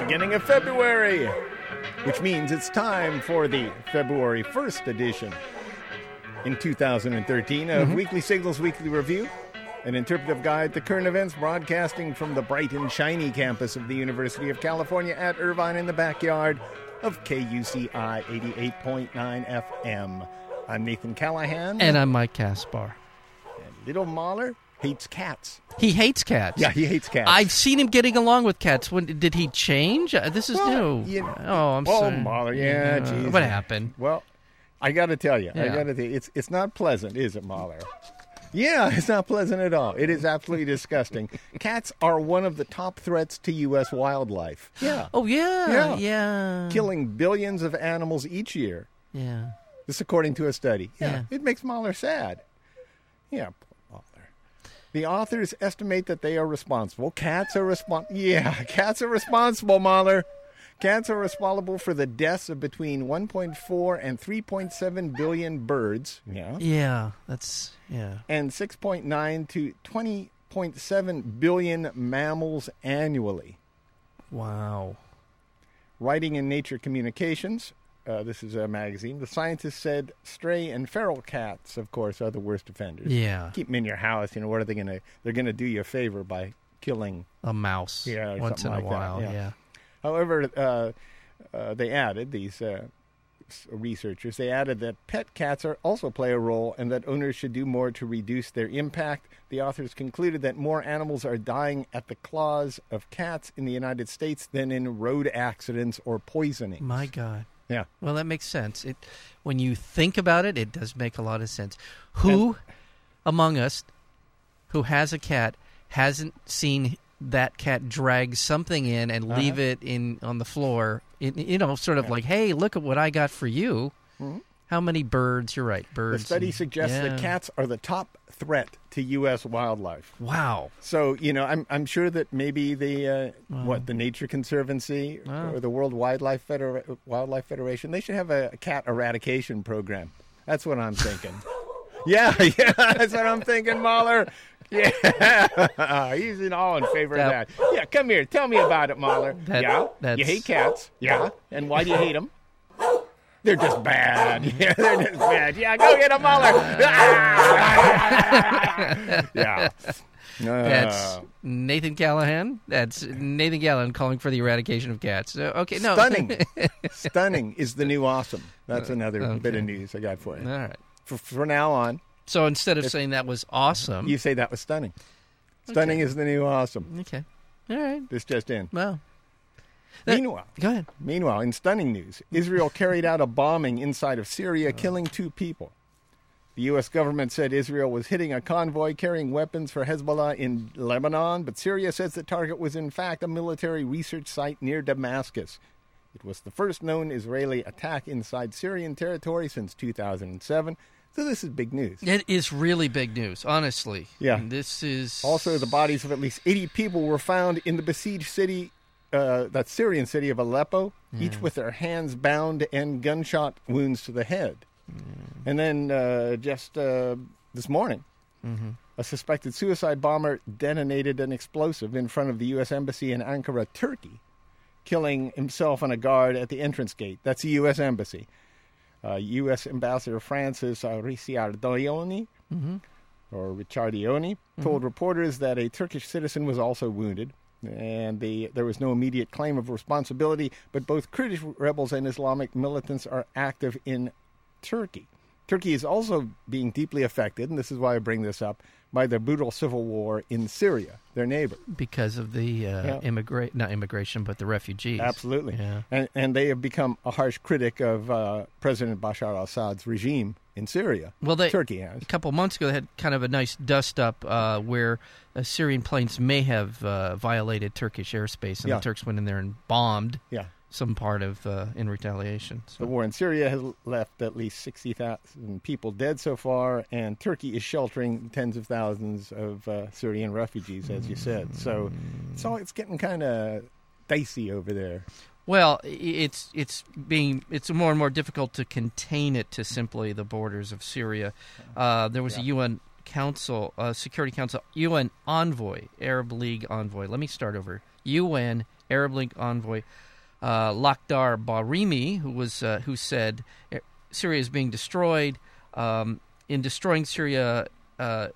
beginning of February, which means it's time for the February 1st edition in 2013 of Weekly Signals Weekly Review, an interpretive guide to current events broadcasting from the bright and shiny campus of the University of California at Irvine in the backyard of KUCI 88.9 FM. I'm Nathan Callahan. And I'm Mike Caspar. Little Mahler hates cats. He hates cats. Yeah, he hates cats. I've seen him getting along with cats. When did he change? Uh, This is Well, new. you- oh, I'm oh, sorry. Mahler, yeah, geez. What happened? Well, I got to tell you, I Yeah. got to tell you, it's it's not pleasant, is it, Mahler? Yeah, it's not pleasant at all. It is absolutely disgusting. Cats are one of the top threats to U.S. wildlife. Yeah, Oh yeah, Yeah. yeah, killing billions of animals each year. yeah. This, according to a study. Yeah, Yeah. it makes Mahler sad. Yeah, poor Mahler. The authors estimate that they are responsible. Cats are responsible. Yeah, cats are responsible, Mahler. Cats are responsible for the deaths of between 1.4 and 3.7 billion birds. Yeah. Yeah, that's yeah. And 6.9 to 20.7 billion mammals annually Wow. writing in Nature Communications. Uh, this is a magazine. The scientists said stray and feral cats, of course, are the worst offenders. Yeah. Keep them in your house. You know what are they going to? They're going to do you a favor by killing. A mouse. Yeah, or Once in something a like that, while. yeah. yeah. However, uh, uh, they added these uh, s- researchers. They added that pet cats are also play a role, and that owners should do more to reduce their impact. The authors concluded that more animals are dying at the claws of cats in the United States than in road accidents or poisoning. My God. yeah. Well, that makes sense. It when you think about it, it does make a lot of sense. Who among us who has a cat hasn't seen that cat drag something in and Uh-huh. leave it in on the floor? In, you know, sort of like, hey, look at what I got for you. How many birds? You're right, Mm-hmm. The birds. study and- suggests that yeah. cats are the top threat to U.S. wildlife. Wow. So you know, I'm I'm sure that maybe the uh, what the Nature Conservancy or the World Wildlife Feder- Wildlife Federation they should have a cat eradication program. That's what I'm thinking. yeah, yeah, that's what I'm thinking, Mahler. Yeah, he's in all in favor That- of that. Yeah, come here, tell me about it, Mahler. That- yeah, you that's- hate cats. Yeah, and why do you hate them? They're just bad. Yeah, they're just bad. Yeah, go get a Mahler. Ah! yeah. That's Uh, Nathan Callahan. That's Nathan Callahan calling for the eradication of cats. Uh, Okay, no. Stunning. Stunning is the new awesome. That's another bit of news I got for All you. right. For, for now on, So instead of saying that was awesome, you say that was stunning. Stunning is the new awesome. Okay. All right. This just in. Well, That- Meanwhile, go ahead. meanwhile, in stunning news, Israel carried out a bombing inside of Syria, killing two people. The U.S. government said Israel was hitting a convoy carrying weapons for Hezbollah in Lebanon, but Syria says the target was in fact a military research site near Damascus. It was the first known Israeli attack inside Syrian territory since 2007, so this is big news. It is really big news, honestly. Yeah. This is Also, the bodies of at least 80 people were found in the besieged city, uh, that Syrian city of Aleppo, each with their hands bound and gunshot wounds to the head. And then uh, just uh, this morning, a suspected suicide bomber detonated an explosive in front of the U.S. Embassy in Ankara, Turkey, killing himself and a guard at the entrance gate. That's the U.S. Embassy. Uh, U.S. Ambassador Francis uh, Ricciardone or Ricciardione, Mm-hmm. told reporters that a Turkish citizen was also wounded, and the, there was no immediate claim of responsibility. But both Kurdish rebels and Islamic militants are active in Turkey. Turkey is also being deeply affected, and this is why I bring this up, by the brutal civil war in Syria, their neighbor. because of the uh, Yeah. immigra- not immigration, but the refugees. Absolutely. Yeah. And, and they have become a harsh critic of uh, President Bashar al Assad's regime in Syria. Well, they Turkey has. a couple months ago they had kind of a nice dust up uh, where uh, Syrian planes may have uh, violated Turkish airspace, and Yeah. the Turks went in there and bombed Yeah. some part of uh, in retaliation. The So war in Syria has left at least 60,000 people dead so far, and Turkey is sheltering tens of thousands of uh, Syrian refugees, as you said. So, so it's getting kind of dicey over there. well, i- it's it's being it's more and more difficult to contain it to simply the borders of Syria. Uh, there was a UN Council, uh, Security Council, UN envoy, Arab League envoy. Let me start over. UN Arab League envoy uh, Lakhdar Barimi, who was uh, who said "Er- Syria is being destroyed. Um, in destroying Syria, uh,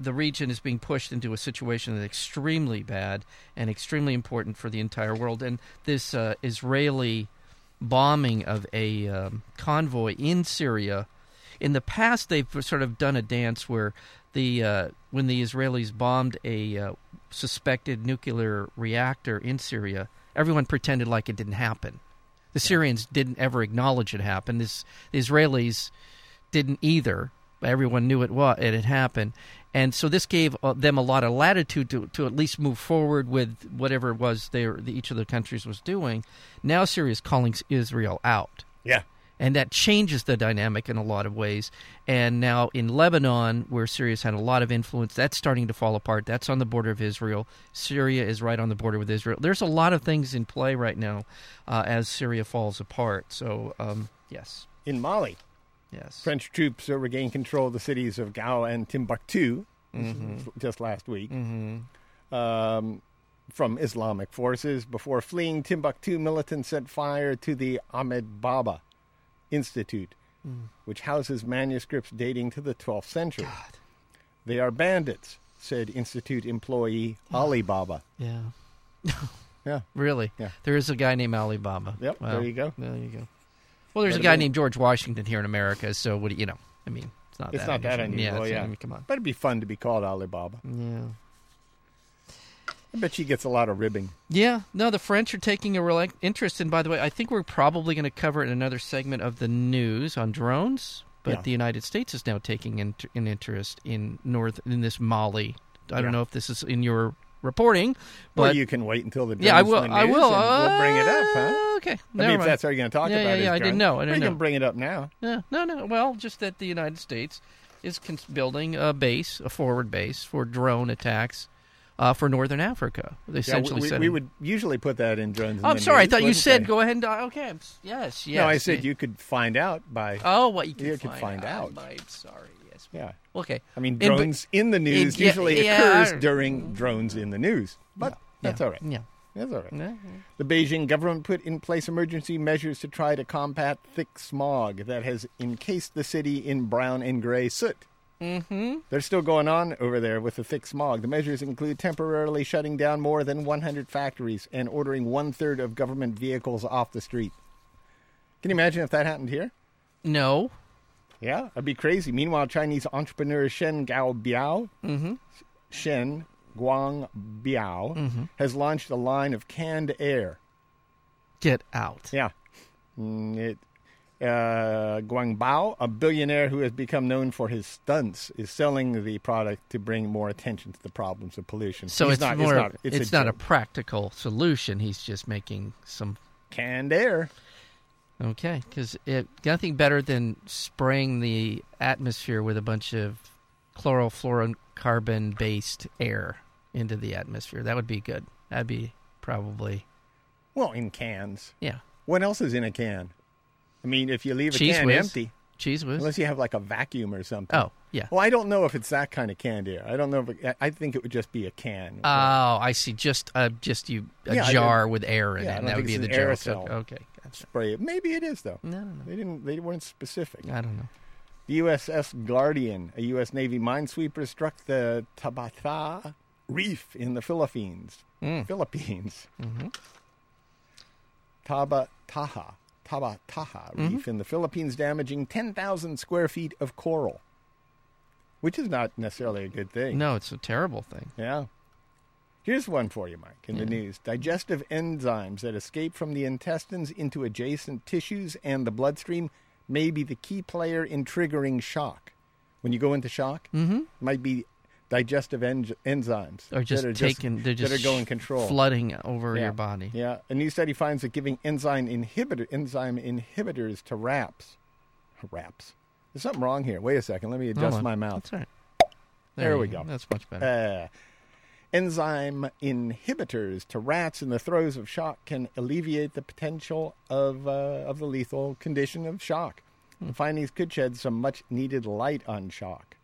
the region is being pushed into a situation that's extremely bad and extremely important for the entire world. And this uh, Israeli bombing of a um, convoy in Syria. In the past, they've sort of done a dance where the uh, when the Israelis bombed a uh, suspected nuclear reactor in Syria, everyone pretended like it didn't happen. The Syrians didn't ever acknowledge it happened. This, the Israelis didn't either. Everyone knew it was it had happened, and so this gave uh, them a lot of latitude to to at least move forward with whatever it was they were, the, each of the countries was doing. Now Syria is calling S- Israel out Yeah. and that changes the dynamic in a lot of ways. And now in Lebanon, where Syria's had a lot of influence, that's starting to fall apart. That's on the border of Israel. Syria is right on the border with Israel. There's a lot of things in play right now uh, as Syria falls apart. So um, yes, In Mali, yes, French troops uh, regained control of the cities of Gao and Timbuktu this was Mm-hmm. just last week um, from Islamic forces. Before fleeing Timbuktu, militants set fire to the Ahmed Baba Institute, Mm. which houses manuscripts dating to the 12th century. They are bandits, said institute employee Ali Baba. yeah, Yeah. really. Yeah. There is a guy named Alibaba. Yep, Wow. there you go. There you go. Well, there's But a guy again- named George Washington here in America. So what do you know? I mean, it's not It's that not that unusual. unusual, it's- yeah. I mean, come on. But it'd be fun to be called Ali Baba. Yeah. I bet she gets a lot of ribbing. Yeah, no, the French are taking a real interest. And by the way, I think we're probably going to cover it in another segment of the news on drones. But Yeah. the United States is now taking in, an interest in North in this Mali. I Yeah. don't know if this is in your reporting, Or but you can wait until the yeah, I will. Jerusalem I news will. and we'll bring it up, huh? Uh, Okay, I never mean, if mind. that's all you're going to talk Yeah, about, yeah, is yeah, I drones. didn't know, I didn't we know. can bring it up now. Yeah, no, no. Well, just that the United States is cons- building a base, a forward base for drone attacks uh, for northern Africa. They Yeah, we- essentially we, said we would usually put that in drones. in I'm the sorry. I news, thought you wouldn't said we? go ahead and die. Okay. I'm s- Yes. Yes. No, I said you could find out by. Oh, what you can You could find, find out. I'm sorry. Yes. yeah, Okay. I mean In- but- drones in, the news yeah, usually yeah, I- occurs during drones in the news, but that's yeah. all right. Yeah. Mm-hmm. That's all right. No, The Beijing government put in place emergency measures to try to combat thick smog that has encased the city in brown and gray soot. Mm-hmm. They're still going on over there with the thick smog. The measures include temporarily shutting down more than 100 factories and ordering one third of government vehicles off the street. Can you imagine if that happened here? No. Yeah, that'd be crazy. Meanwhile, Chinese entrepreneur Shen Gao Biao, Shen Guang Biao, has launched a line of canned air. Get out. Yeah. Mm, it, uh, Guangbao, a billionaire who has become known for his stunts, is selling the product to bring more attention to the problems of pollution. So He's it's not, more. It's not, it's a, not a joke. practical solution. He's just making some. canned air. Okay, because nothing better than spraying the atmosphere with a bunch of chlorofluorocarbon-based air into the atmosphere. That would be good. That'd be probably Well, in cans. yeah. What else is in a can? I mean, if you leave a Cheese can whiz. empty, Cheese whiz. unless you have like a vacuum or something. Oh yeah. Well, I don't know if it's that kind of canned air. I don't know. If it, I I think it would just be a can. Oh, I see. Just uh, just you a Yeah, I jar with air in yeah, I it. don't and That think would be it's the an jar. So- aerosol. Okay. Gotcha. Spray it. Maybe it is though. No, no, no. They didn't. They weren't specific. I don't know. The USS Guardian, a U.S. Navy minesweeper, struck the Tabata Reef in the Philippines. Philippines. Tabataha. Tabataha Reef in the Philippines, damaging 10,000 square feet of coral, which is not necessarily a good thing. No, it's a terrible thing. Yeah. Here's one for you, Mike, in the news. Digestive enzymes that escape from the intestines into adjacent tissues and the bloodstream may be the key player in triggering shock. When you go into shock, mm-hmm. might be digestive en- enzymes Or just that are taking. they're just that are going control flooding over yeah. your body. Yeah, a new study finds that giving enzyme inhibitor enzyme inhibitors to raps, raps. There's something wrong here. Wait a second. Let me Hold adjust on. my mouth. Oh, That's all right. There you we go. That's much better. Uh, enzyme inhibitors to rats in the throes of shock can alleviate the potential of, uh, of the lethal condition of shock. Hmm. The findings could shed some much needed light on shock,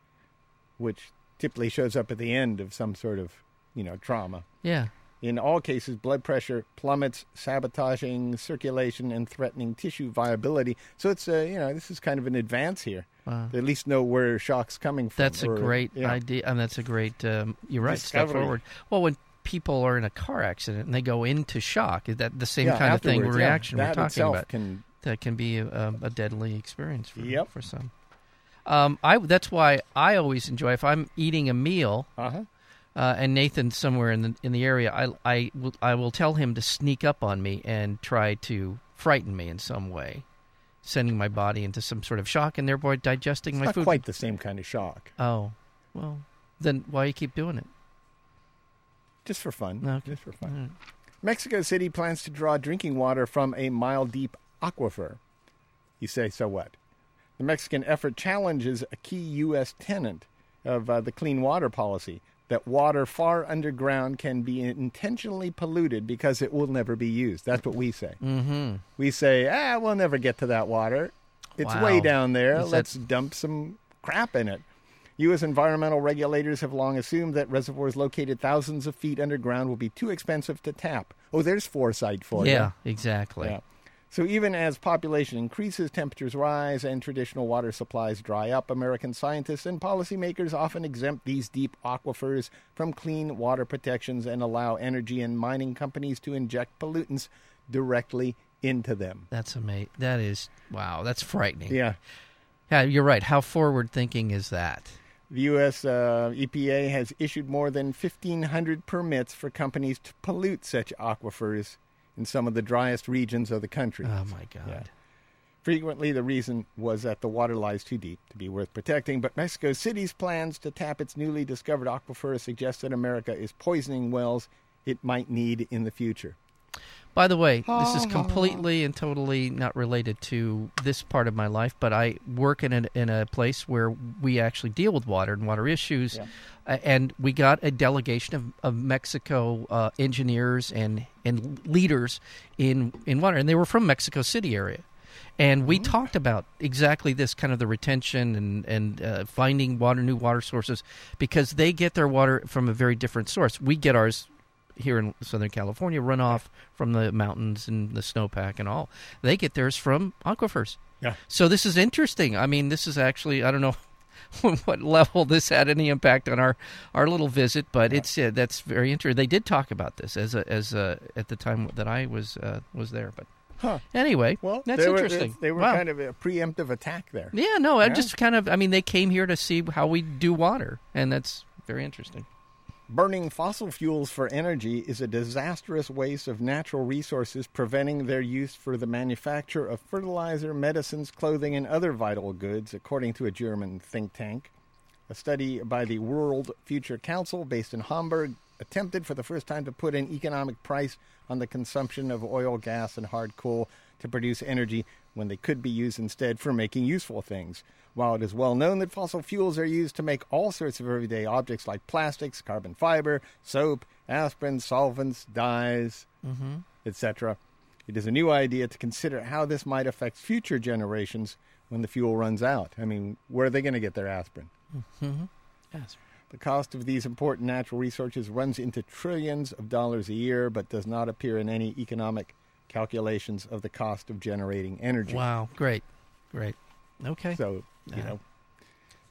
which typically shows up at the end of some sort of you know trauma. yeah. In all cases, blood pressure plummets, sabotaging circulation and threatening tissue viability. So it's uh, you know this is kind of an advance here. Wow. They at least know where shock's coming from. Uh-huh. That's a or- great yeah. idea, and that's a great. Um, you're right. Step Discovery. forward. Well, when people are in a car accident and they go into shock, is that the same Yeah, kind of thing? afterwards, yeah. Reaction that we're talking itself about can that can be a, a deadly experience for Yep. for some. Um, I that's why I always enjoy if I'm eating a meal uh-huh. uh, and Nathan's somewhere in the in the area. I I will I will tell him to sneak up on me and try to frighten me in some way, sending my body into some sort of shock and thereby digesting It's my not food. quite the same kind of shock. Oh, well, then why you keep doing it? Just for fun. Okay. Just for fun. Mm. Mexico City plans to draw drinking water from a mile deep aquifer. You say, so what? The Mexican effort challenges a key U.S. tenant of uh, the clean water policy that water far underground can be intentionally polluted because it will never be used. That's what we say. Mm-hmm. We say, ah, we'll never get to that water. It's Wow. way down there. Is that- Let's dump some crap in it. U.S. environmental regulators have long assumed that reservoirs located thousands of feet underground will be too expensive to tap. Oh, there's foresight for you. yeah, exactly. Yeah. So even as population increases, temperatures rise, and traditional water supplies dry up, American scientists and policymakers often exempt these deep aquifers from clean water protections and allow energy and mining companies to inject pollutants directly into them. That's amazing. That is wow. That's frightening. Yeah. Yeah, you're right. How forward thinking is that? The U.S. Uh, EPA has issued more than 1,500 permits for companies to pollute such aquifers in some of the driest regions of the country. Oh my God. Yeah. Frequently, the reason was that the water lies too deep to be worth protecting, but Mexico City's plans to tap its newly discovered aquifer suggest that America is poisoning wells it might need in the future. By the way, this is completely and totally not related to this part of my life, but I work in a, in a place where we actually deal with water and water issues. Yeah. Uh, and we got a delegation of, of Mexico uh, engineers and, and leaders in, in water, and they were from Mexico City area. And we talked about exactly this kind of the retention and and uh, finding water, new water sources, because they get their water from a very different source. We get ours here in Southern California, runoff from the mountains and the snowpack and all. They get theirs from aquifers. Yeah. So this is interesting. I mean, this is actually I don't know what level this had any impact on our, our little visit, but it's uh, that's very interesting. They did talk about this as a, as a, at the time that I was uh, was there, but Huh. anyway, Well, that's they interesting. Were, they were Wow. kind of a preemptive attack there. yeah, no, I Yeah. just kind of I mean they came here to see how we do water, and that's very interesting. Burning fossil fuels for energy is a disastrous waste of natural resources, preventing their use for the manufacture of fertilizer, medicines, clothing, and other vital goods, according to a German think tank. A study by the World Future Council, based in Hamburg, attempted for the first time to put an economic price on the consumption of oil, gas, and hard coal to produce energy when they could be used instead for making useful things. While it is well known that fossil fuels are used to make all sorts of everyday objects like plastics, carbon fiber, soap, aspirin, solvents, dyes, etc., it is a new idea to consider how this might affect future generations when the fuel runs out. I mean, where are they going to get their aspirin? Mm-hmm. Yes. The cost of these important natural resources runs into trillions of dollars a year, but does not appear in any economic calculations of the cost of generating energy. Wow, great, great. Okay, So, you Uh, know,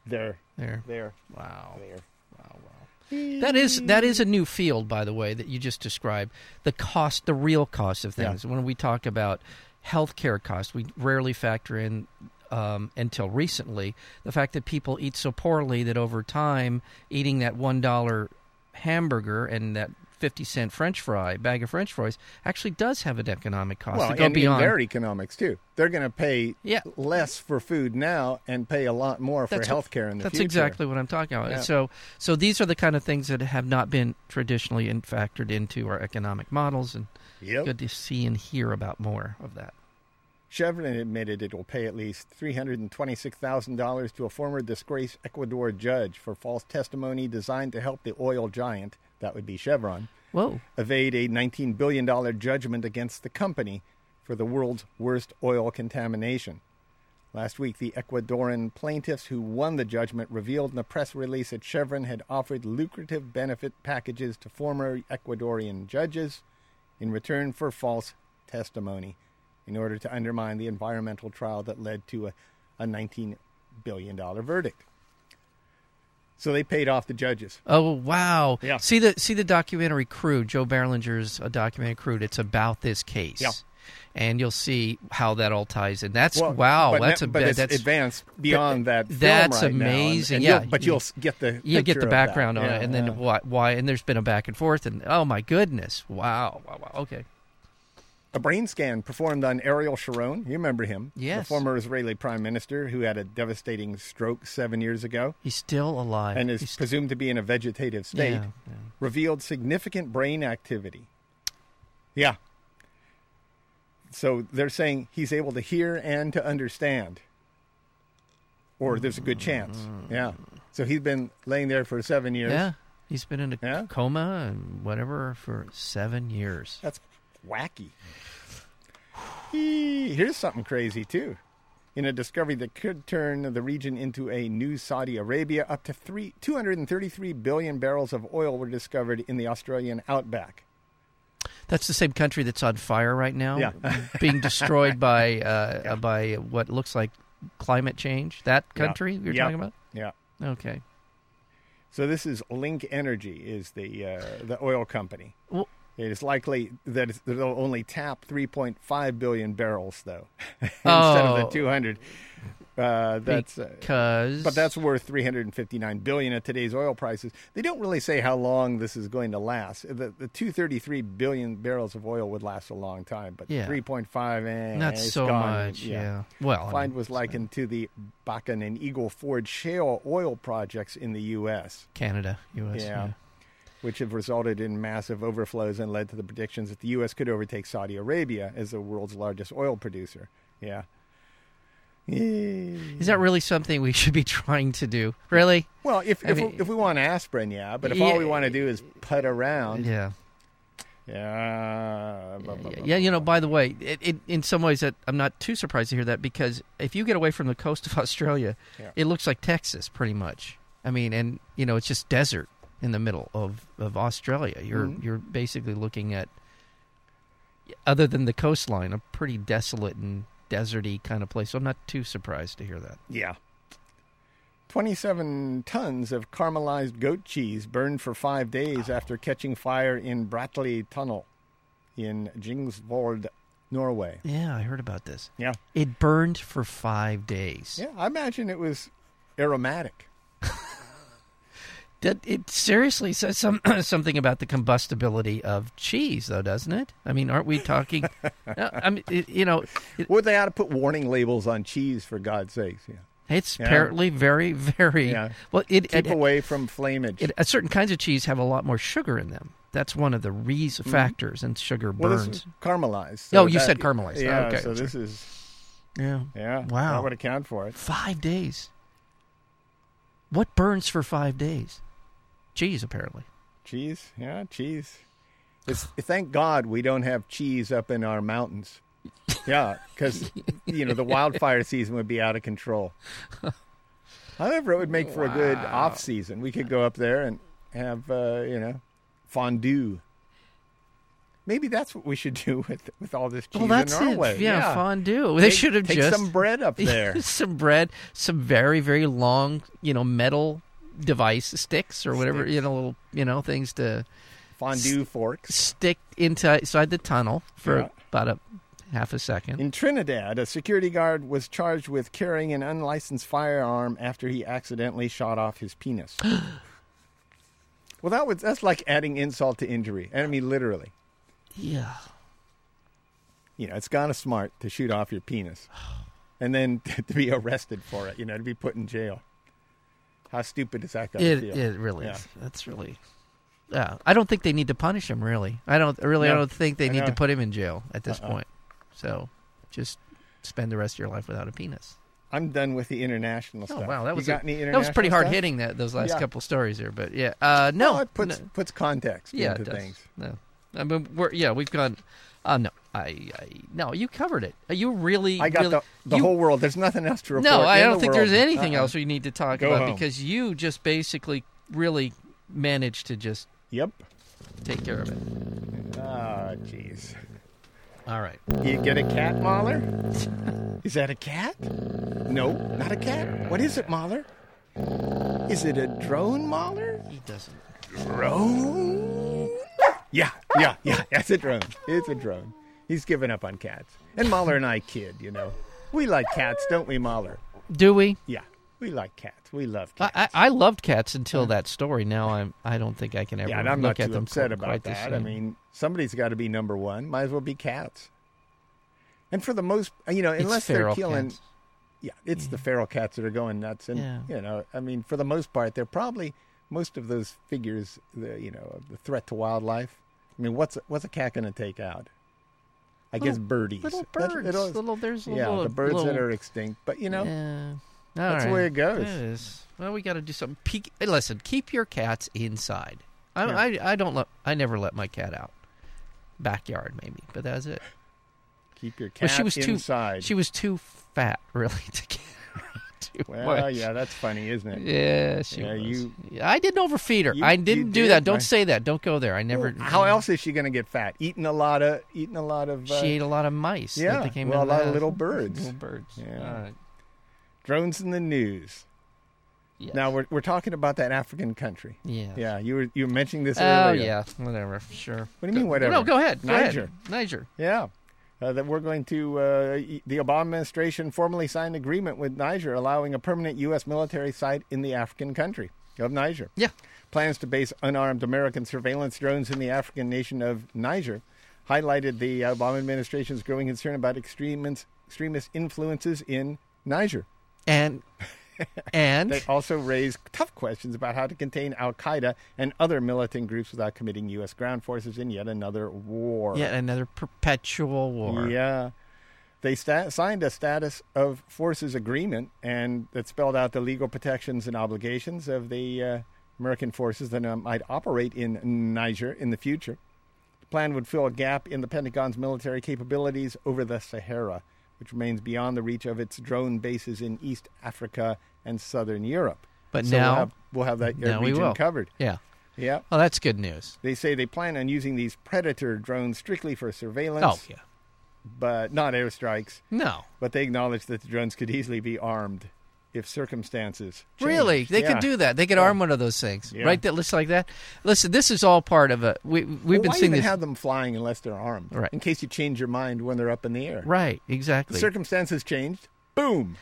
there, there. there, Wow. there. Wow, wow. That is that is a new field, by the way, that you just described. The cost, the real cost of Yeah. things. When we talk about healthcare costs, we rarely factor in um, until recently the fact that people eat so poorly that over time, eating that one dollar hamburger and that fifty cent French fry bag of French fries actually does have an economic cost Well, to go and in beyond. their economics too. They're going to pay Yeah. less for food now and pay a lot more for That's- health care in the That's future. exactly what I'm talking about. Yeah. So, so these are the kind of things that have not been traditionally in, factored into our economic models, and Yep. good to see and hear about more of that. Chevron admitted it will pay at least $326,000 to a former disgraced Ecuador judge for false testimony designed to help the oil giant, that would be Chevron, Whoa, evade a $19 billion judgment against the company for the world's worst oil contamination. Last week, the Ecuadorian plaintiffs who won the judgment revealed in a press release that Chevron had offered lucrative benefit packages to former Ecuadorian judges in return for false testimony in order to undermine the environmental trial that led to a, a $19 billion verdict. So they paid off the judges. Oh wow! Yeah. See the see the documentary Crude. Joe Berlinger's a documentary Crude. It's about this case. Yeah. And you'll see how that all ties in. That's Well, wow. but That's now- a but bit- it's that's advanced beyond that. film that's right now, and- amazing, and yeah. you'll- but You- you'll s- get the yeah. Get picture the of that. background on Yeah, it, and then yeah. why why and there's been a back and forth, and oh my goodness, wow, wow, wow. Okay, a brain scan performed on Ariel Sharon. You remember him, the Yes. former Israeli prime minister who had a devastating stroke seven years ago he's still alive. and is He's- presumed to be in a vegetative state. Yeah, yeah. Revealed significant brain activity. Yeah. So they're saying he's able to hear and to understand, or there's a good chance. Mm. Yeah. So he's been laying there for seven years. Yeah, he's been in a Yeah. coma and whatever for seven years. That's wacky. Eee, Here's something crazy, too. In a discovery that could turn the region into a new Saudi Arabia, up to three, 233 billion barrels of oil were discovered in the Australian outback. That's the same country that's on fire right now, Yeah. being destroyed by uh, uh, by what looks like climate change. That country you're Yeah. talking about? Yeah. Okay. So this is Link Energy is the uh, the oil company. Well, It is likely that it's- they'll only tap 3.5 billion barrels, though, instead Oh. of the 200. Uh, that's uh, because But that's worth 359 billion at today's oil prices. They don't really say how long this is going to last. The, the 233 billion barrels of oil would last a long time, but Yeah. 3.5 eh, not it's so gone. much. Yeah. Well, I Find mean, was likened to the Bakken and Eagle Ford shale oil projects in the U.S. Canada, U.S. Yeah. Which have resulted in massive overflows and led to the predictions that the U.S. could overtake Saudi Arabia as the world's largest oil producer. Yeah. Yeah. Is that really something we should be trying to do? Really? Well, if I if, mean- we, if we want aspirin, yeah. But if Yeah. all we want to do is put around, Yeah. yeah, blah, blah, Yeah, blah, yeah, you blah, know, by the way, it, it, in some ways, that I'm not too surprised to hear that because if you get away from the coast of Australia, Yeah. it looks like Texas pretty much. I mean, and you know, it's just desert in the middle of, of Australia. You're Mhm. you're basically looking at, other than the coastline, a pretty desolate and deserty kind of place. So I'm not too surprised to hear that. blah. yeah. Twenty-seven tons of caramelized goat cheese burned for five days after catching fire in Bratley Tunnel, in Jingsvold, Norway. Yeah, I heard about this. Yeah, It burned for five days. yeah. I imagine it was aromatic. That it seriously says some something about the combustibility of cheese, though, doesn't it? I mean, aren't we talking? No, I mean, it, you know, it- Well, they ought to put warning labels on cheese for God's sakes. Yeah, it's Yeah. apparently very, very Yeah. well. It, keep it, away from flamage. it- uh, certain kinds of cheese have a lot more sugar in them. That's one of the reas factors, and sugar well, this burns. Mm-hmm. is caramelized. Oh, you said caramelized. Yeah. Okay, so that's this is Yeah, Yeah. Wow. That would account for it. five days. What burns for five days? Cheese, apparently. Cheese. Yeah, cheese. It's, thank God we don't have cheese up in our mountains. Yeah, because, you know, the wildfire season would be out of control. However, it would make for a good off season. We could go up there and have, uh, you know, fondue. Maybe that's what we should do with with all this cheese Well, that's in Norway. it. Yeah, fondue. They Take- should have take just some bread up there. some bread, some very very long, you know, metal device sticks or whatever, you know, little you know things to fondue forks. stick into- inside the tunnel for Yeah. about a half a second. In Trinidad, a security guard was charged with carrying an unlicensed firearm after he accidentally shot off his penis. well, that was that's like adding insult to injury. And I mean literally. yeah. You know, it's kind of smart to shoot off your penis and then to be arrested for it, you know, to be put in jail. How stupid is that going to It feel? it really Yeah. is. That's really Yeah. I don't think they need to punish him really. I don't really I No, don't think they I need to know. put him in jail at this Uh-uh. point. So, just spend the rest of your life without a penis. I'm done with the international Oh stuff. wow, that You was got a- any that was pretty international hard stuff? hitting that those last Yeah. couple stories there, but yeah, uh, no, Well, it puts no. puts context yeah, into it does. things. No, I mean we're yeah we've gone. Uh, no, I, I no, you covered it. You really, I got really, the, the you- whole world. There's nothing else to report. No, I in don't the think world. there's anything Uh-uh. else we need to talk Go about home. because you just basically really managed to just Yep. take care of it. Ah, jeez. All right. You get a cat, Mahler? Is that a cat? No, not a cat. What is it, Mahler? Is it a drone, Mahler? He doesn't. Drone? Yeah, yeah, yeah. That's a drone. It's a drone. He's given up on cats. And Mahler and I kid, you know. We like cats, don't we, Mahler? Do we? Yeah, we like cats. We love I, cats. I, I loved cats until that story. Now I'm. I don't think I can ever yeah, and I'm look not at too them upset qu- about quite the that. I same. mean, somebody's got to be number one. Might as well be cats. And for the most, uh, you know, It's unless they're feral killing, cats. Mm. yeah, it's the feral cats that are going nuts, and Yeah. you know, I mean, for the most part, they're probably most of those figures, the you know, the threat to wildlife. I mean, what's what's a cat going to take out? I guess Little- birdies, little That- birds, it'll- little there's yeah, little, the birds little, that are extinct. But you know, Yeah. That's the way it goes. is. Well, we got to do something. Peek, hey, listen, keep your cats inside. I, Yeah. I, I don't let. I never let my cat out. Backyard, maybe, but that's it. keep your cat Well, she was too- inside. She was too fat, really, to get too well, much. yeah, that's funny, isn't it? Yeah, she Yeah, was. you- Yeah, I didn't overfeed her. You- I didn't you do did, that. Don't my- say that. Don't go there. I never. How else is she going to get fat? Eating a lot of eating a lot of uh, She ate a lot of mice. that yeah, they came well, in a lot the of house. little birds. Little birds. Yeah. All right. drones in the news. Yes. Now we're we're talking about that African country. Yeah. Yeah, you were you were mentioning this Oh earlier. yeah. Whatever. Sure. What do you mean, whatever? No, go ahead. Go Niger. Ahead. Niger. Yeah. Uh, that we're going to uh, e- the Obama administration formally signed an agreement with Niger allowing a permanent U.S. military site in the African country of Niger. Yeah. Plans to base unarmed American surveillance drones in the African nation of Niger highlighted the Obama administration's growing concern about extremist extremist influences in Niger. And and They also raised tough questions about how to contain Al Qaeda and other militant groups without committing U.S. ground forces in yet another war. yet another perpetual war. Yeah. They sta signed a status of forces agreement, and that spelled out the legal protections and obligations of the uh, American forces that uh, might operate in Niger in the future. The plan would fill a gap in the Pentagon's military capabilities over the Sahara, which remains beyond the reach of its drone bases in East Africa and Southern Europe. But So now- we'll have, we'll have that uh, now we region will. covered. Yeah. Yeah. Well, that's good news. They say they plan on using these predator drones strictly for surveillance Oh yeah. but not airstrikes. No. But they acknowledge that the drones could easily be armed if circumstances. changed. Really, they Yeah. could do that. They could arm one of those things, Yeah. right? That looks like that. Listen, this is all part of a. We, we've Well, been why seeing even this, have them flying unless they're armed, Right. in case you change your mind when they're up in the air. right? The Exactly. circumstances changed. Boom.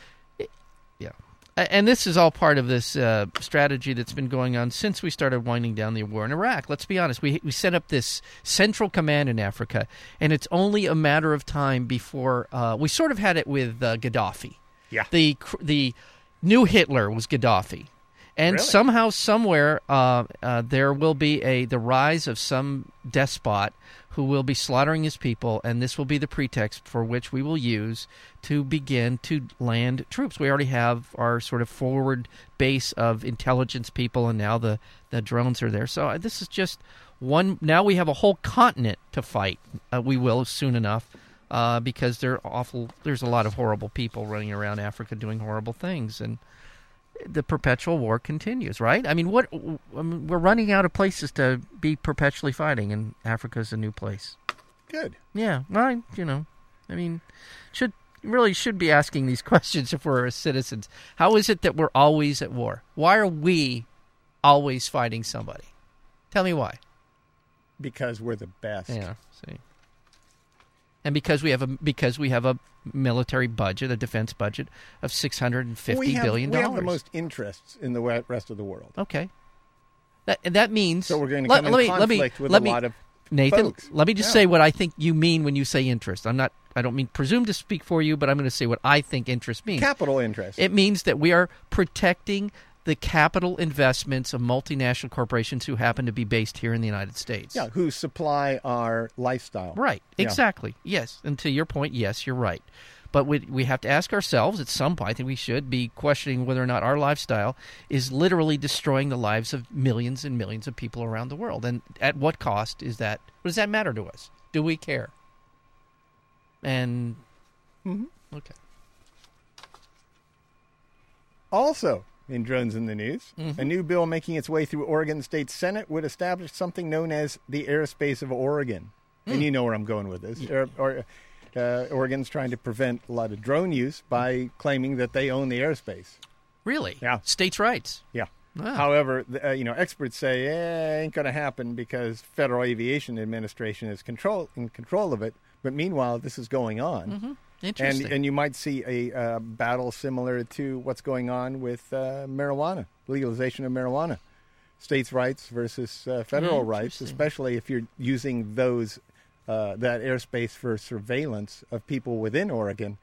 yeah, A- and this is all part of this uh, strategy that's been going on since we started winding down the war in Iraq. Let's be honest. We we set up this central command in Africa, and it's only a matter of time before uh, we sort of had it with uh, Gaddafi. Yeah. the cr- the new Hitler was Gaddafi, and Really? somehow, somewhere, uh, uh, there will be a the rise of some despot who will be slaughtering his people, and this will be the pretext for which we will use to begin to land troops. We already have our sort of forward base of intelligence people, and now the the drones are there. So uh, this is just one. Now we have a whole continent to fight. Uh, we will soon enough uh, because they're awful. There's a lot of horrible people running around Africa doing horrible things, and the perpetual war continues. Right? I mean, what? I mean, we're running out of places to be perpetually fighting, and Africa's a new place. Good. Yeah, well, I, you know, I mean, should really should be asking these questions if we're citizens. How is it that we're always at war? Why are we always fighting somebody? Tell me why. Because we're the best. Yeah. See. And because we have a because we have a military budget, a defense budget of six hundred and we fifty billion have, we dollars. have the most interests in the we- rest of the world. okay. That that means So we're going to let, come let in me, let me- conflict with let a me- lot of Nathan, folks. let me just Yeah. say what I think you mean when you say interest. I'm not. I don't mean presume to speak for you, but I'm going to say what I think interest means. capital interests. It means that we are protecting the capital investments of multinational corporations who happen to be based here in the United States. yeah, who supply our lifestyle. Right. Yeah. Exactly. Yes. And to your point, yes, you're right. But we, we have to ask ourselves at some point, I think we should be questioning whether or not our lifestyle is literally destroying the lives of millions and millions of people around the world. And at what cost is that? What does that matter to us? Do we care? And Mhm. okay, Also, in drones in the news, Mhm. a new bill making its way through Oregon State Senate would establish something known as the airspace of Oregon. And you know where I'm going with this. Air- or, uh, Oregon's trying to prevent a lot of drone use by claiming that they own the airspace. really? Yeah. States' rights. Yeah. Wow. However, th- uh, you know, experts say eh, ain't going to happen because Federal Aviation Administration is control in control of it. But meanwhile, this is going on, and Interesting. and you might see a uh, battle similar to what's going on with uh, marijuana legalization of marijuana, states' rights versus uh, federal rights, Hmm, Interesting. especially if you're using those uh, that airspace for surveillance of people within Oregon.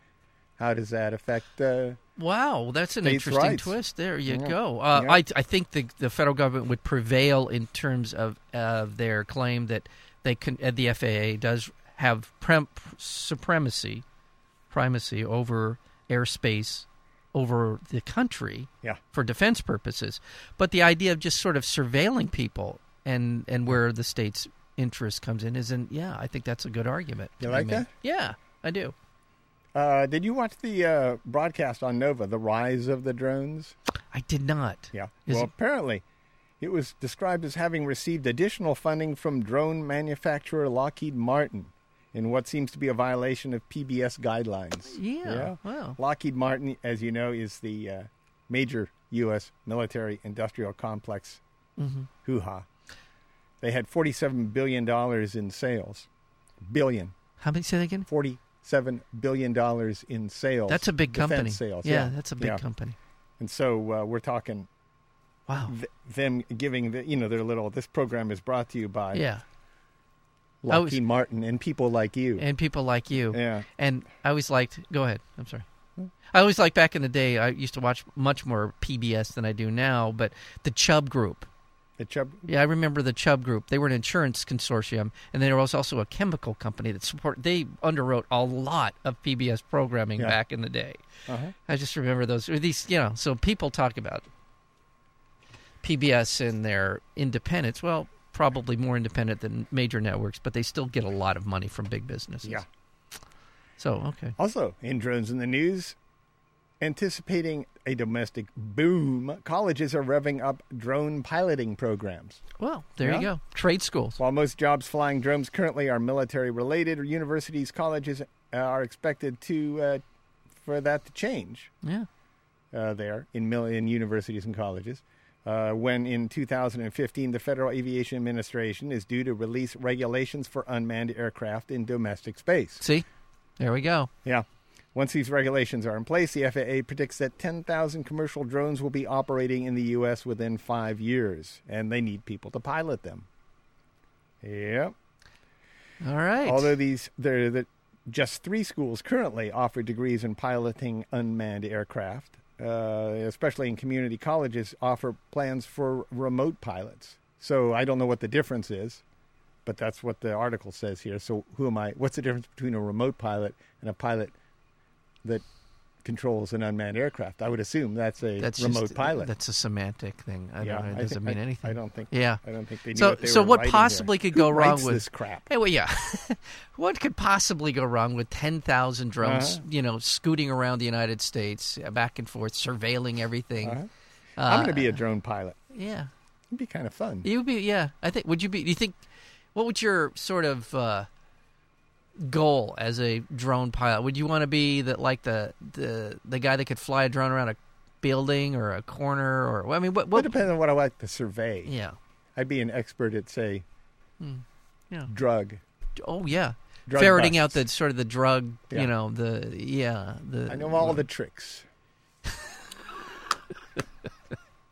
How does that affect? Uh, Wow, that's an States' interesting rights. twist. There you Yeah. go. Uh, Yeah. I I think the the federal government would prevail in terms of of their claim that they can uh, the FAA does have prem, supremacy primacy over airspace over the country yeah, for defense purposes. But the idea of just sort of surveilling people and and where the state's interest comes in is in yeah, I think that's a good argument. You to be like made. that? Yeah, I do. Uh, did you watch the uh, broadcast on Nova, the rise of the drones? I did not. Yeah. Is well, it- apparently, it was described as having received additional funding from drone manufacturer Lockheed Martin in what seems to be a violation of PBS guidelines. Yeah. Wow. Lockheed Martin, as you know, is the uh, major U.S. military industrial complex Mm-hmm. hoo ha. They had $47 billion in sales. Billion. How many say that again? $47 billion in sales. That's a big defense company. Sales. Yeah, that's a big Yeah. company. And so uh, we're talking Wow. th- them giving the, you know their little. This program is brought to you by Yeah. I was- Lockheed Martin and people like you. And people like you. yeah, Hmm. And I always liked. Go ahead. I'm sorry. I always liked back in the day. I used to watch much more PBS than I do now. But the Chubb Group. the Chubb. Yeah, I remember the Chubb Group. They were an insurance consortium, and there was also a chemical company that support. They underwrote a lot of PBS programming Yeah. back in the day. Uh-huh. I just remember those. or These, you know, so people talk about PBS and their independence. Well, probably more independent than major networks, but they still get a lot of money from big businesses. Yeah. So okay. Also, in drones in the news, anticipating a domestic boom, colleges are revving up drone piloting programs. Well, there Yeah. you go. Trade schools. While most jobs flying drones currently are military related, universities, colleges uh, are expected to uh, for that to change. Yeah. uh, there in, mil- in universities and colleges. Uh, when in 2015, the Federal Aviation Administration is due to release regulations for unmanned aircraft in domestic space. See, there we go. Yeah. Once these regulations are in place, the FAA predicts that 10,000 commercial drones will be operating in the U.S. within five years, and they need people to pilot them. Yep. All right. Although these there the, just three schools currently offer degrees in piloting unmanned aircraft, uh, especially in community colleges, offer plans for remote pilots. So I don't know what the difference is, but that's what the article says here. So who am I? What's the difference between a remote pilot and a pilot that controls an unmanned aircraft? I would assume that's a that's remote just, pilot. That's a semantic thing. I yeah, don't know. It I doesn't think- mean I- anything. I don't think. Yeah. I don't think they knew So- what they so were what writing possibly there. could go Who wrong writes with- this crap? Hey, well, yeah. what could possibly go wrong with 10,000 drones, Uh-huh. you know, scooting around the United States uh, back and forth, surveilling everything? Uh-huh. uh, I'm going to be a drone pilot. Yeah. It'd be kind of fun. You would be, yeah. I think, would you be, do you think, what would your sort of uh, goal as a drone pilot? Would you want to be that, like, the, the, the guy that could fly a drone around a building or a corner or, well, I mean, what, Well, what, it depends on what I like to survey. yeah. Hmm. I'd be an expert at, say, yeah. drug. Oh, yeah. Drug Ferreting out busts. the sort of the drug, Yeah. you know, the, yeah. The, I know all the tricks.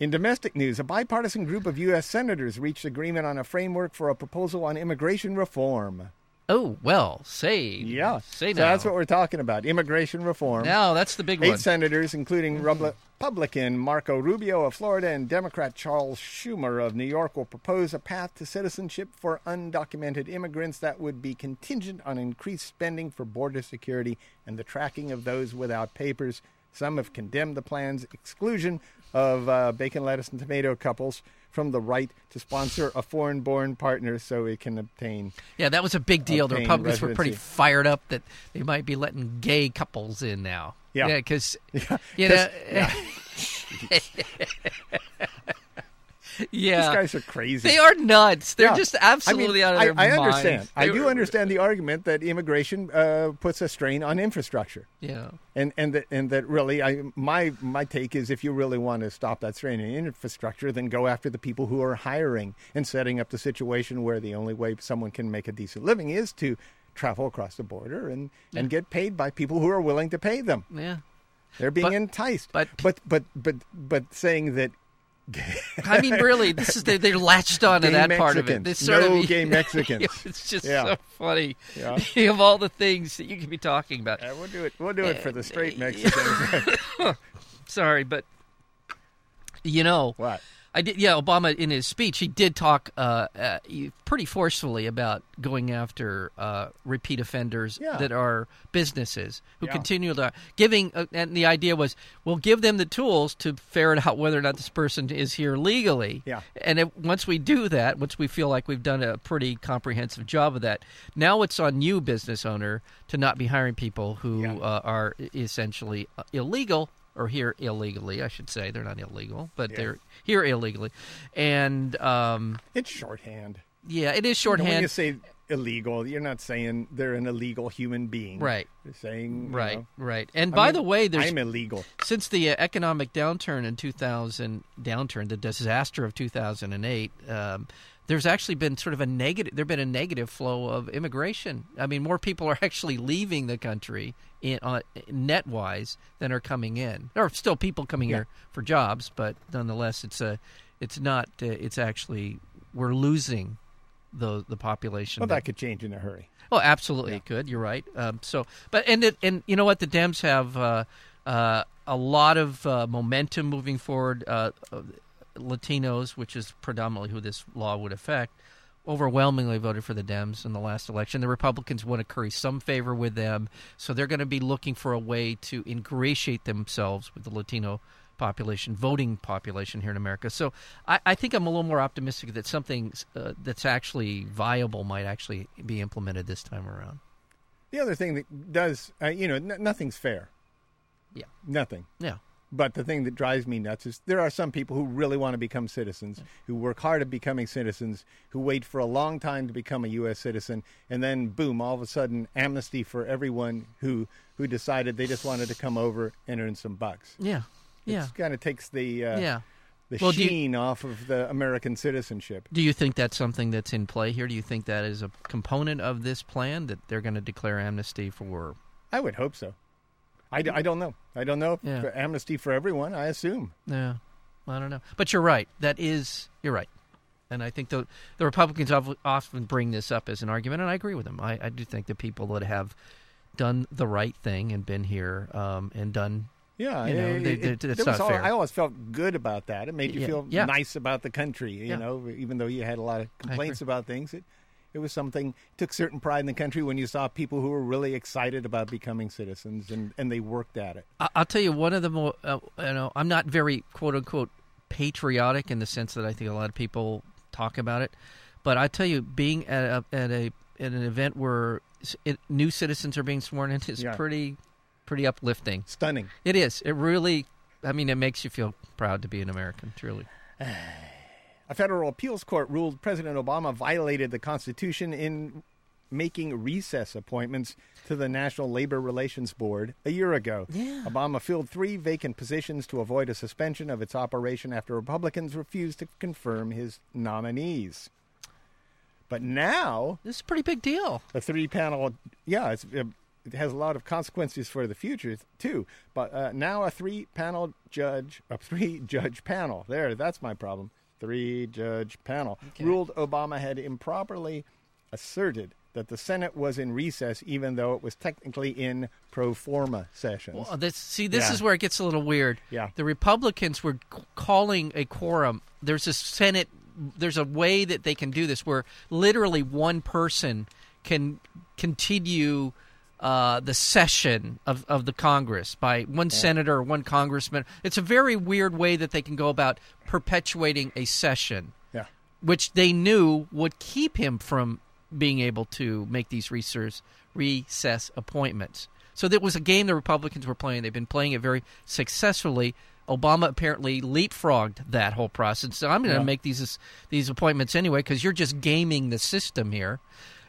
In domestic news, a bipartisan group of U.S. senators reached agreement on a framework for a proposal on immigration reform. Oh well, say Yeah. say so now. that's what we're talking about immigration reform. now that's the big Eight one. senators, including Republican Marco Rubio of Florida and Democrat Charles Schumer of New York, will propose a path to citizenship for undocumented immigrants that would be contingent on increased spending for border security and the tracking of those without papers. Some have condemned the plan's exclusion of uh, bacon, lettuce, and tomato couples from the right to sponsor a foreign born partner so it can obtain. Yeah, that was a big deal. The Obtain Republicans were pretty residency. fired up that they might be letting gay couples in now. Yeah. because you know, yeah, These guys are crazy. they are nuts. They're Yeah. just I mean, absolutely out of I- their I minds. understand. I They do were- understand the argument that immigration uh, puts a strain on infrastructure. Yeah, And and that and that really, I my my take is if you really want to stop that strain in infrastructure, then go after the people who are hiring and setting up the situation where the only way someone can make a decent living is to travel across the border and, and get paid by people who are willing to pay them. yeah. They're being But- enticed. but- but but but but saying that I mean, really, this is they, they latched on to Gay that part of it. Mexicans. This sort No of gay Mexicans. it's just Yeah. so funny. Yeah. of all the things that you could be talking about. uh, we'll do it we'll do it for the straight Yeah. Mexicans. Sorry, but you know, what? I did. Yeah, Obama in his speech, he did talk uh, uh, pretty forcefully about going after uh, repeat offenders Yeah. that are businesses who Yeah. continue to giving. Uh, and the idea was, we'll give them the tools to ferret out whether or not this person is here legally. Yeah. And it, once we do that, once we feel like we've done a pretty comprehensive job of that, now it's on you, business owner, to not be hiring people who Yeah. uh, are essentially uh, illegal or here illegally. I should say they're not illegal, but Yeah. they're here illegally. And um, It's shorthand. yeah, it is And when shorthand. you say illegal, you're not saying they're an illegal human being, Right. You're saying you Right, know, right. And I by mean, the way, there's I'm illegal. since the uh, economic downturn in 2000 downturn the disaster of 2008 um, there's actually been sort of a negative there've been a negative flow of immigration i mean more people are actually leaving the country in on net wise than are coming in there are still people coming here for jobs but nonetheless it's a it's not uh, it's actually we're losing the the population Well, that- that could change in a hurry. Oh, absolutely, it could. You're right. Um, so, but and it, and you know what? The Dems have uh, uh, a lot of uh, momentum moving forward. Uh, uh, Latinos, which is predominantly who this law would affect, overwhelmingly voted for the Dems in the last election. The Republicans want to curry some favor with them, so they're going to be looking for a way to ingratiate themselves with the Latino population, voting population here in America. So I, I think I'm a little more optimistic that something uh, that's actually viable might actually be implemented this time around. The other thing that does, uh, you know, n- nothing's fair. Yeah. Nothing. Yeah. But the thing that drives me nuts is there are some people who really want to become citizens, who work hard at becoming citizens, who wait for a long time to become a U.S. citizen, and then boom, all of a sudden, amnesty for everyone who who decided they just wanted to come over and earn some bucks. Yeah. Yeah. It kind of takes the uh, yeah. the Well, do you- sheen off of the American citizenship. Do you think that's something that's in play here? Do you think that is a component of this plan that they're going to declare amnesty for? I would hope so. I, d- I don't know. I don't know. if Yeah. For amnesty for everyone, I assume. Yeah, I don't know. But you're right. That is you're right, and I think the the Republicans of- often bring this up as an argument, and I agree with them. I, I do think the people that have done the right thing and been here um, and done Yeah, You know, it- they- it- they- it's there was not all- fair. I always felt good about that. It made you Yeah, feel yeah. nice about the country. You Yeah. know, even though you had a lot of complaints about things, it it was something took certain pride in the country when you saw people who were really excited about becoming citizens and and they worked at it. I- I'll tell you one of the more, uh, you know, I'm not very quote unquote patriotic in the sense that I think a lot of people talk about it, but I tell you, being at a at a at an event where s- it, new citizens are being sworn in is Yeah. pretty pretty uplifting. Stunning. It is. It really. I mean, it makes you feel proud to be an American. Truly. A federal appeals court ruled President Obama violated the Constitution in making recess appointments to the National Labor Relations Board a year ago. Yeah. Obama filled three vacant positions to avoid a suspension of its operation after Republicans refused to confirm his nominees. But now This is a pretty big deal. a three panel yeah it's, it has a lot of consequences for the future too but uh, now a three panel judge a three judge panel there that's my problem three judge panel ruled obama had improperly asserted that the senate was in recess even though it was technically in pro forma sessions Well, this, see, this Yeah. is where it gets a little weird. Yeah. The Republicans were c- calling a quorum. There's a Senate. There's a way that they can do this where literally one person can continue uh, the session of, of the Congress by one senator or one congressman. It's a very weird way that they can go about perpetuating a session, Yeah. which they knew would keep him from being able to make these recess, recess appointments. So that was a game the Republicans were playing. They've been playing it very successfully. Obama apparently leapfrogged that whole process. So I'm going to Yeah. make these these appointments anyway because you're just gaming the system here.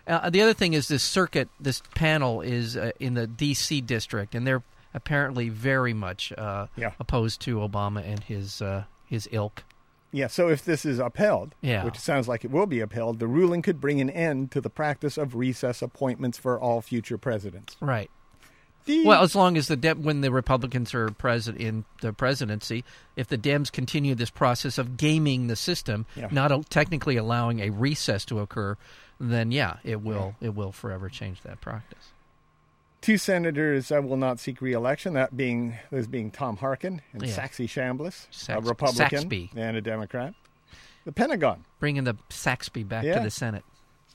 Uh, the other thing is this circuit, this panel is uh, in the D.C. district, and they're apparently very much uh, Yeah. opposed to Obama and his uh, his ilk. Yeah, so if this is upheld, Yeah. which sounds like it will be upheld, the ruling could bring an end to the practice of recess appointments for all future presidents. Right. The- Well, as long as the de- when the Republicans are present in the presidency, if the Dems continue this process of gaming the system, Yeah. not al- technically allowing a recess to occur, then yeah, it will it will forever change that practice. two senators uh, will not seek reelection, that being those being Tom Harkin and Yeah. Saxby Chambliss, a Sax- Republican Saxby. and a Democrat. The Pentagon. Bringing the Saxby back Yeah. to the Senate.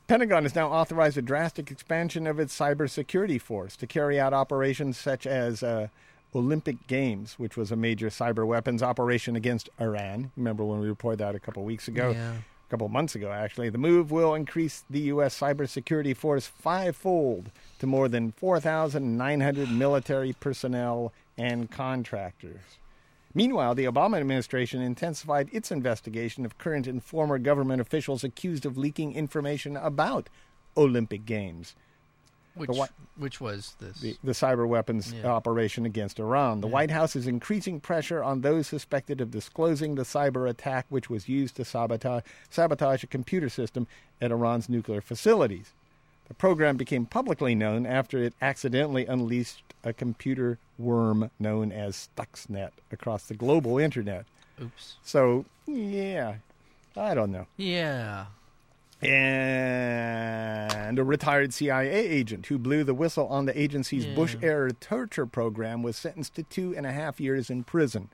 Pentagon has now authorized a drastic expansion of its cybersecurity force to carry out operations such as uh, Olympic Games, which was a major cyber weapons operation against Iran. Remember when we reported that a couple weeks ago? Yeah. A couple months ago, actually. The move will increase the U.S. cybersecurity force fivefold to more than 4,900 military personnel and contractors. Meanwhile, the Obama administration intensified its investigation of current and former government officials accused of leaking information about Olympic Games, Which what- which was this? the, the cyber weapons Yeah. operation against Iran. The White House is increasing pressure on those suspected of disclosing the cyber attack which was used to sabotage, sabotage a computer system at Iran's nuclear facilities. The program became publicly known after it accidentally unleashed a computer worm known as Stuxnet across the global internet. Oops. So, yeah, I don't know. Yeah. And a retired CIA agent who blew the whistle on the agency's Yeah. Bush era torture program was sentenced to two and a half years in prison.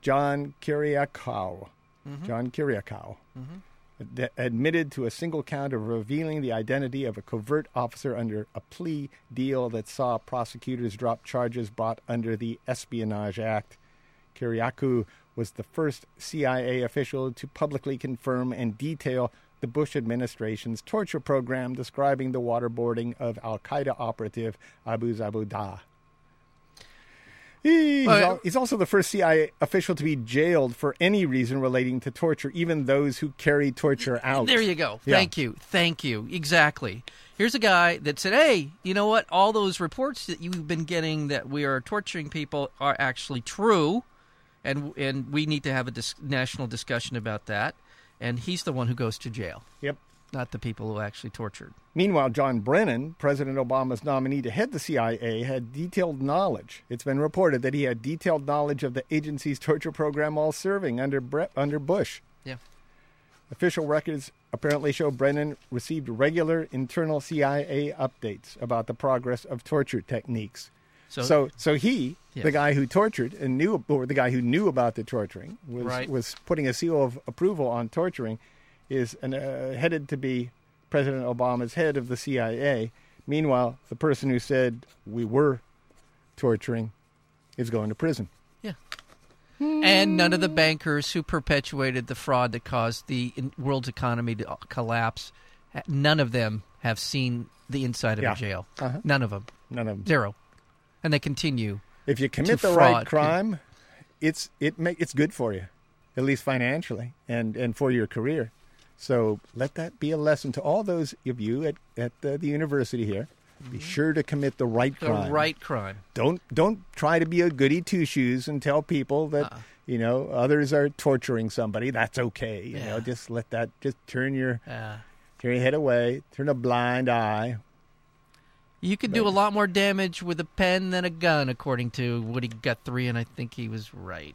John Kiriakou. John Kiriakou. ad- Admitted to a single count of revealing the identity of a covert officer under a plea deal that saw prosecutors drop charges brought under the Espionage Act. Kiriakou was the first CIA official to publicly confirm and detail the Bush administration's torture program describing the waterboarding of Al Qaeda operative Abu Zabudah. He's, Well, al- he's also the first CIA official to be jailed for any reason relating to torture, even those who carry torture out. There you go. Yeah. Thank you. Thank you. Exactly. Here's a guy that said, "Hey, you know what? All those reports that you've been getting that we are torturing people are actually true, and and we need to have a dis- national discussion about that." And he's the one who goes to jail, Yep. not the people who actually tortured. Meanwhile, John Brennan, President Obama's nominee to head the CIA, had detailed knowledge. It's been reported that he had detailed knowledge of the agency's torture program while serving under Bre- under Bush. Yeah. Official records apparently show Brennan received regular internal CIA updates about the progress of torture techniques. So, So, so he, Yes. the guy who tortured and knew, or the guy who knew about the torturing, was Right. was putting a seal of approval on torturing, is an, uh, headed to be President Obama's head of the CIA. Meanwhile, the person who said we were torturing is going to prison. yeah. And none of the bankers who perpetuated the fraud that caused the in- world's economy to uh, collapse, ha- none of them have seen the inside of Yeah. a jail. Uh-huh. None of them. None of them. Zero. And they continue. If you commit to the fraud, right yeah. crime, it's it ma- it's good for you, at least financially and and for your career. So let that be a lesson to all those of you at at the, the university here. Be sure to commit the right Mm-hmm. The crime. right crime. Don't don't try to be a goody two shoes and tell people Uh-uh. that you know others are torturing somebody. That's okay. You know, Yeah. just let that just turn your Uh, turn your head away, turn a blind eye. you can do a lot more damage with a pen than a gun, according to Woody Guthrie, and I think he was right.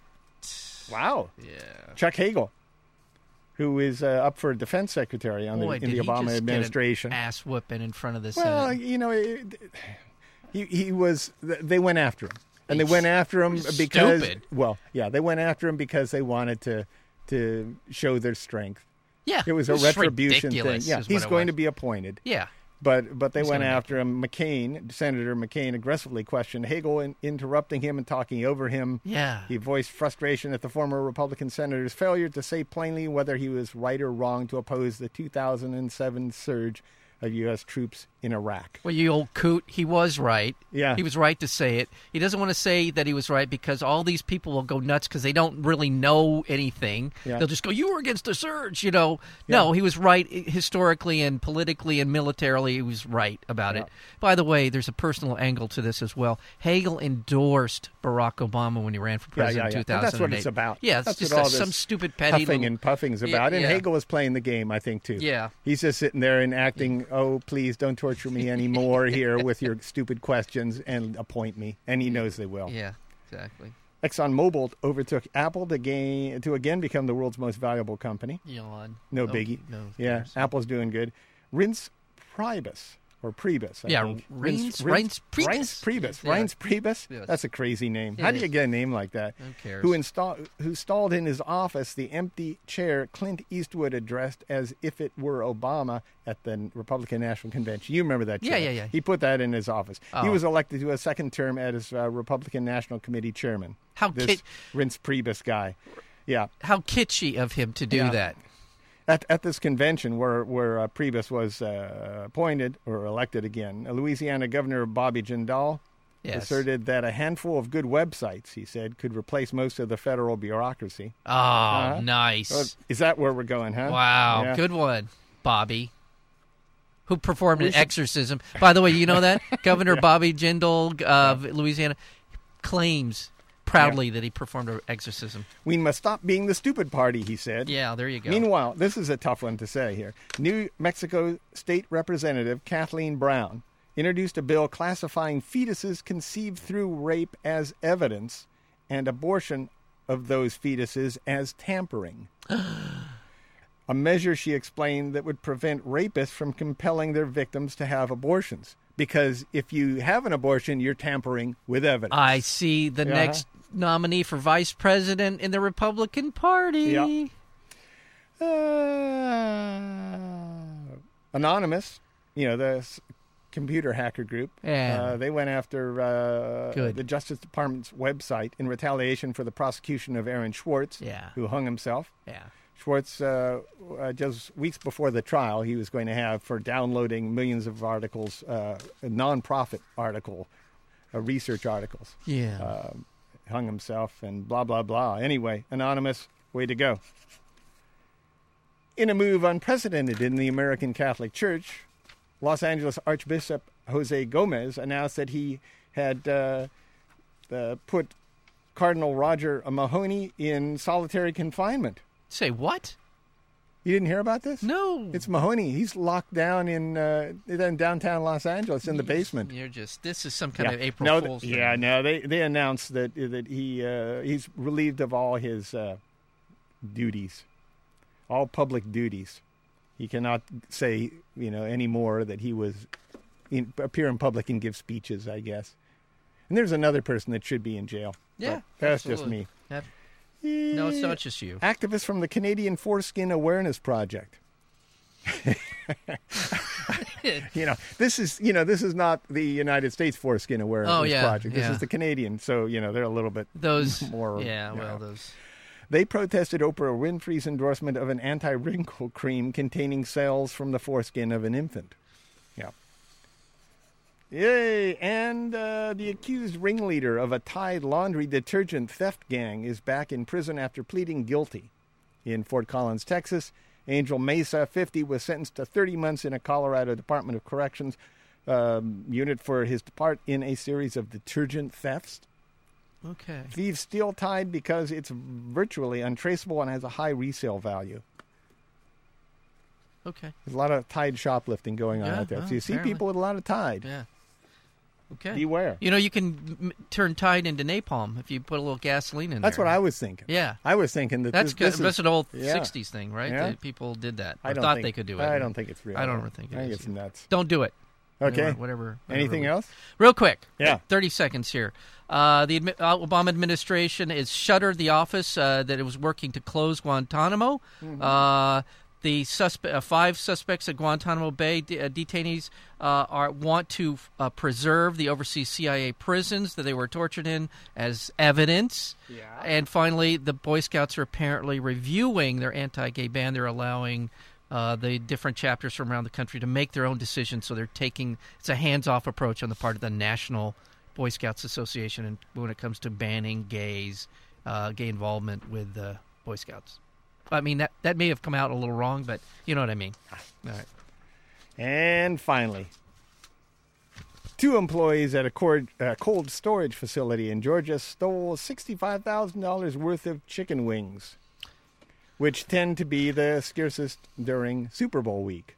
Wow. Yeah. Chuck Hagel, who is uh, up for defense secretary on the, Boy, in did the he just Obama get an administration. ass whooping in front of uh, the Well, Senate. you know, it, he he was. th- They went after him, and they went after him He's because. stupid. Well, yeah, they went after him because they wanted to to show their strength. Yeah. It was a just retribution ridiculous thing. Yeah, is what he's it going was. to be appointed, Yeah. But but they He's went gonna make after him. McCain, Senator McCain, aggressively questioned Hagel, in, interrupting him and talking over him. Yeah. He voiced frustration at the former Republican senator's failure to say plainly whether he was right or wrong to oppose the 2007 surge of U.S. troops in Iraq. Well, you old coot. He was right. Yeah. He was right to say it. He doesn't want to say that he was right because all these people will go nuts because they don't really know anything. Yeah. They'll just go, you were against the surge, you know. No, Yeah. he was right i- historically and politically and militarily. He was right about it. By the way, there's a personal angle to this as well. Hagel endorsed Barack Obama when he ran for Yeah, president yeah, yeah. in And 2008. That's what it's about. Yeah, it's That's just what a- all this some stupid petty huffing little- and puffing's Yeah, about. and yeah. Hegel was playing the game, I think, too. Yeah. He's just sitting there and acting, oh, please don't torture me anymore here with your stupid questions and appoint me. And he knows they will. Yeah, exactly. ExxonMobil overtook Apple to, gain, to again become the world's most valuable company. Yawn. No Oh, biggie. No. Yeah, cares. Apple's doing good. Rinse Priebus or Priebus. I Yeah, think. Rinse- Rinse Priebus. Rinse Priebus. Yeah. Rinse Priebus. Yes. That's a crazy name. It How do you is. get a name like that? Who cares? Who installed? Who stalled in his office the empty chair Clint Eastwood addressed as if it were Obama at the Republican National Convention? You remember that? Yeah, chair. yeah, yeah. He put that in his office. He Oh. was elected to a second term as uh, Republican National Committee chairman. How this kid- Rince Priebus guy? Yeah. How kitschy of him to do Yeah. that. At, at this convention where, where uh, Priebus was uh, appointed or elected again, uh, Louisiana Governor Bobby Jindal Yes. asserted that a handful of good websites, he said, could replace most of the federal bureaucracy. Oh, nice. Uh, Is that where we're going, huh? Wow, Yeah. good one, Bobby. Who performed an should- exorcism? By the way, you know that Governor Bobby Jindal uh, of Louisiana claims proudly that he performed an exorcism. We must stop being the stupid party, he said. Yeah, there you go. Meanwhile, this is a tough one to say here. New Mexico State Representative Kathleen Brown introduced a bill classifying fetuses conceived through rape as evidence and abortion of those fetuses as tampering. a measure she explained that would prevent rapists from compelling their victims to have abortions. Because if you have an abortion, you're tampering with evidence. I see the Yeah. next nominee for vice president in the Republican Party. Yeah. Uh, Anonymous, you know, the s- computer hacker group, Yeah. uh, they went after uh, Good. the Justice Department's website in retaliation for the prosecution of Aaron Schwartz, Yeah. who hung himself. Yeah. Schwartz, uh, uh, just weeks before the trial, he was going to have for downloading millions of articles, uh, nonprofit article, uh, research articles. Yeah. Um hung himself and blah, blah, blah. Anyway, Anonymous, way to go. In a move unprecedented in the American Catholic Church, Los Angeles Archbishop Jose Gomez announced that he had uh, uh, put Cardinal Roger Mahoney in solitary confinement. Say what? You didn't hear about this? No. It's Mahoney. He's locked down in, uh, in downtown Los Angeles in the basement. You're just this is some kind of April no, th- Fool's. thing. yeah, no, they they announced that that he uh, he's relieved of all his uh, duties, all public duties. He cannot say you know anymore that he was in, appear in public and give speeches. I guess. And there's another person that should be in jail. but Yeah, that's absolutely. just Yep. me. No, it's not just you. Activists from the Canadian Foreskin Awareness Project. you know, this is you know this is not the United States Foreskin Awareness Oh, yeah, Project. This yeah. is the Canadian, so you know they're a little bit Those more. yeah, you well, know. those they protested Oprah Winfrey's endorsement of an anti-wrinkle cream containing cells from the foreskin of an infant. Yeah. Yay! And uh, the accused ringleader of a Tide laundry detergent theft gang is back in prison after pleading guilty. In Fort Collins, Texas, Angel Mesa, 50, was sentenced to 30 months in a Colorado Department of Corrections um, unit for his part in a series of detergent thefts. okay. Thieves steel tied because it's virtually untraceable and has a high resale value. Okay. There's a lot of Tide shoplifting going on Yeah, out there. well, so you see apparently. people with a lot of Tide. Yeah. Okay. Beware. You know, you can m- turn Tide into napalm if you put a little gasoline in That's there. what I was thinking. Yeah. I was thinking that this, That's good. this that's is, an old yeah. '60s thing, right? Yeah. That people did that. I or don't thought think, they could do it. I don't think it's real. I don't think it I think is it's either. nuts. Don't do it. Okay. Whatever. whatever Anything whatever. else? Real quick. Yeah. Thirty seconds here. Uh, the admi- uh, Obama Mm-hmm. administration has shuttered the office uh, that it was working to close Guantanamo. Uh, The suspe- uh, five suspects at Guantanamo Bay de- uh, detainees uh, are want to uh, preserve the overseas CIA prisons that they were tortured in as evidence. Yeah. And finally, the Boy Scouts are apparently reviewing their anti-gay ban. They're allowing uh, the different chapters from around the country to make their own decisions. So they're taking it's a hands-off approach on the part of the National Boy Scouts Association, and when it comes to banning gays, uh, gay involvement with the Boy Scouts. I mean that that may have come out a little wrong, but you know what I mean. All right. And finally, two employees at a cord, uh, cold storage facility in Georgia stole $65,000 worth of chicken wings, which tend to be the scarcest during Super Bowl week.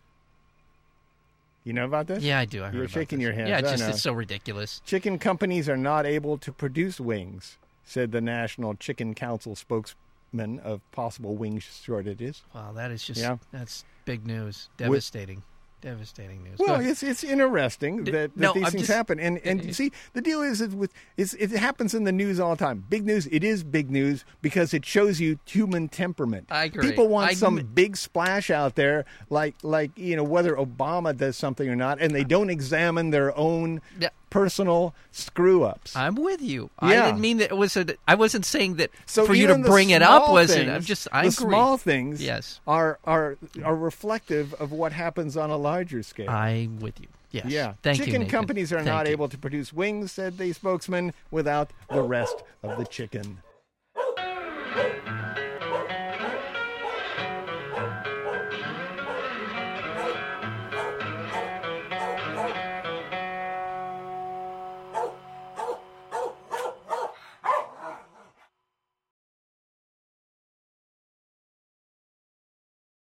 You know about this? Yeah, I do. I heard You're about shaking this. your head. Yeah, it's I just know. it's so ridiculous. Chicken companies are not able to produce wings, said the National Chicken Council spokesman of possible wing shortages. Wow, that is just Yeah. that's big news. Devastating, devastating news. Go Well, ahead. it's it's interesting that, that no, these I'm things just- Uh, happen, and and see the deal is it's with it's, it happens in the news all the time. Big news, it is big news because it shows you human temperament. I agree. People want I- some big splash out there, like like you know whether Obama does something or not, and they don't examine their own Yeah. Uh, personal screw ups. I'm with you. Yeah. I didn't mean that it was. A, I wasn't saying that So for you to even the bring it up small was things- it. I'm just. I the agree. small things Yes. are are are reflective of what happens on a larger scale. I'm with you. Yes. Yeah. Thank you. chicken Nathan. companies are Thank not you. able to produce wings, said the spokesman, without the rest of the chicken.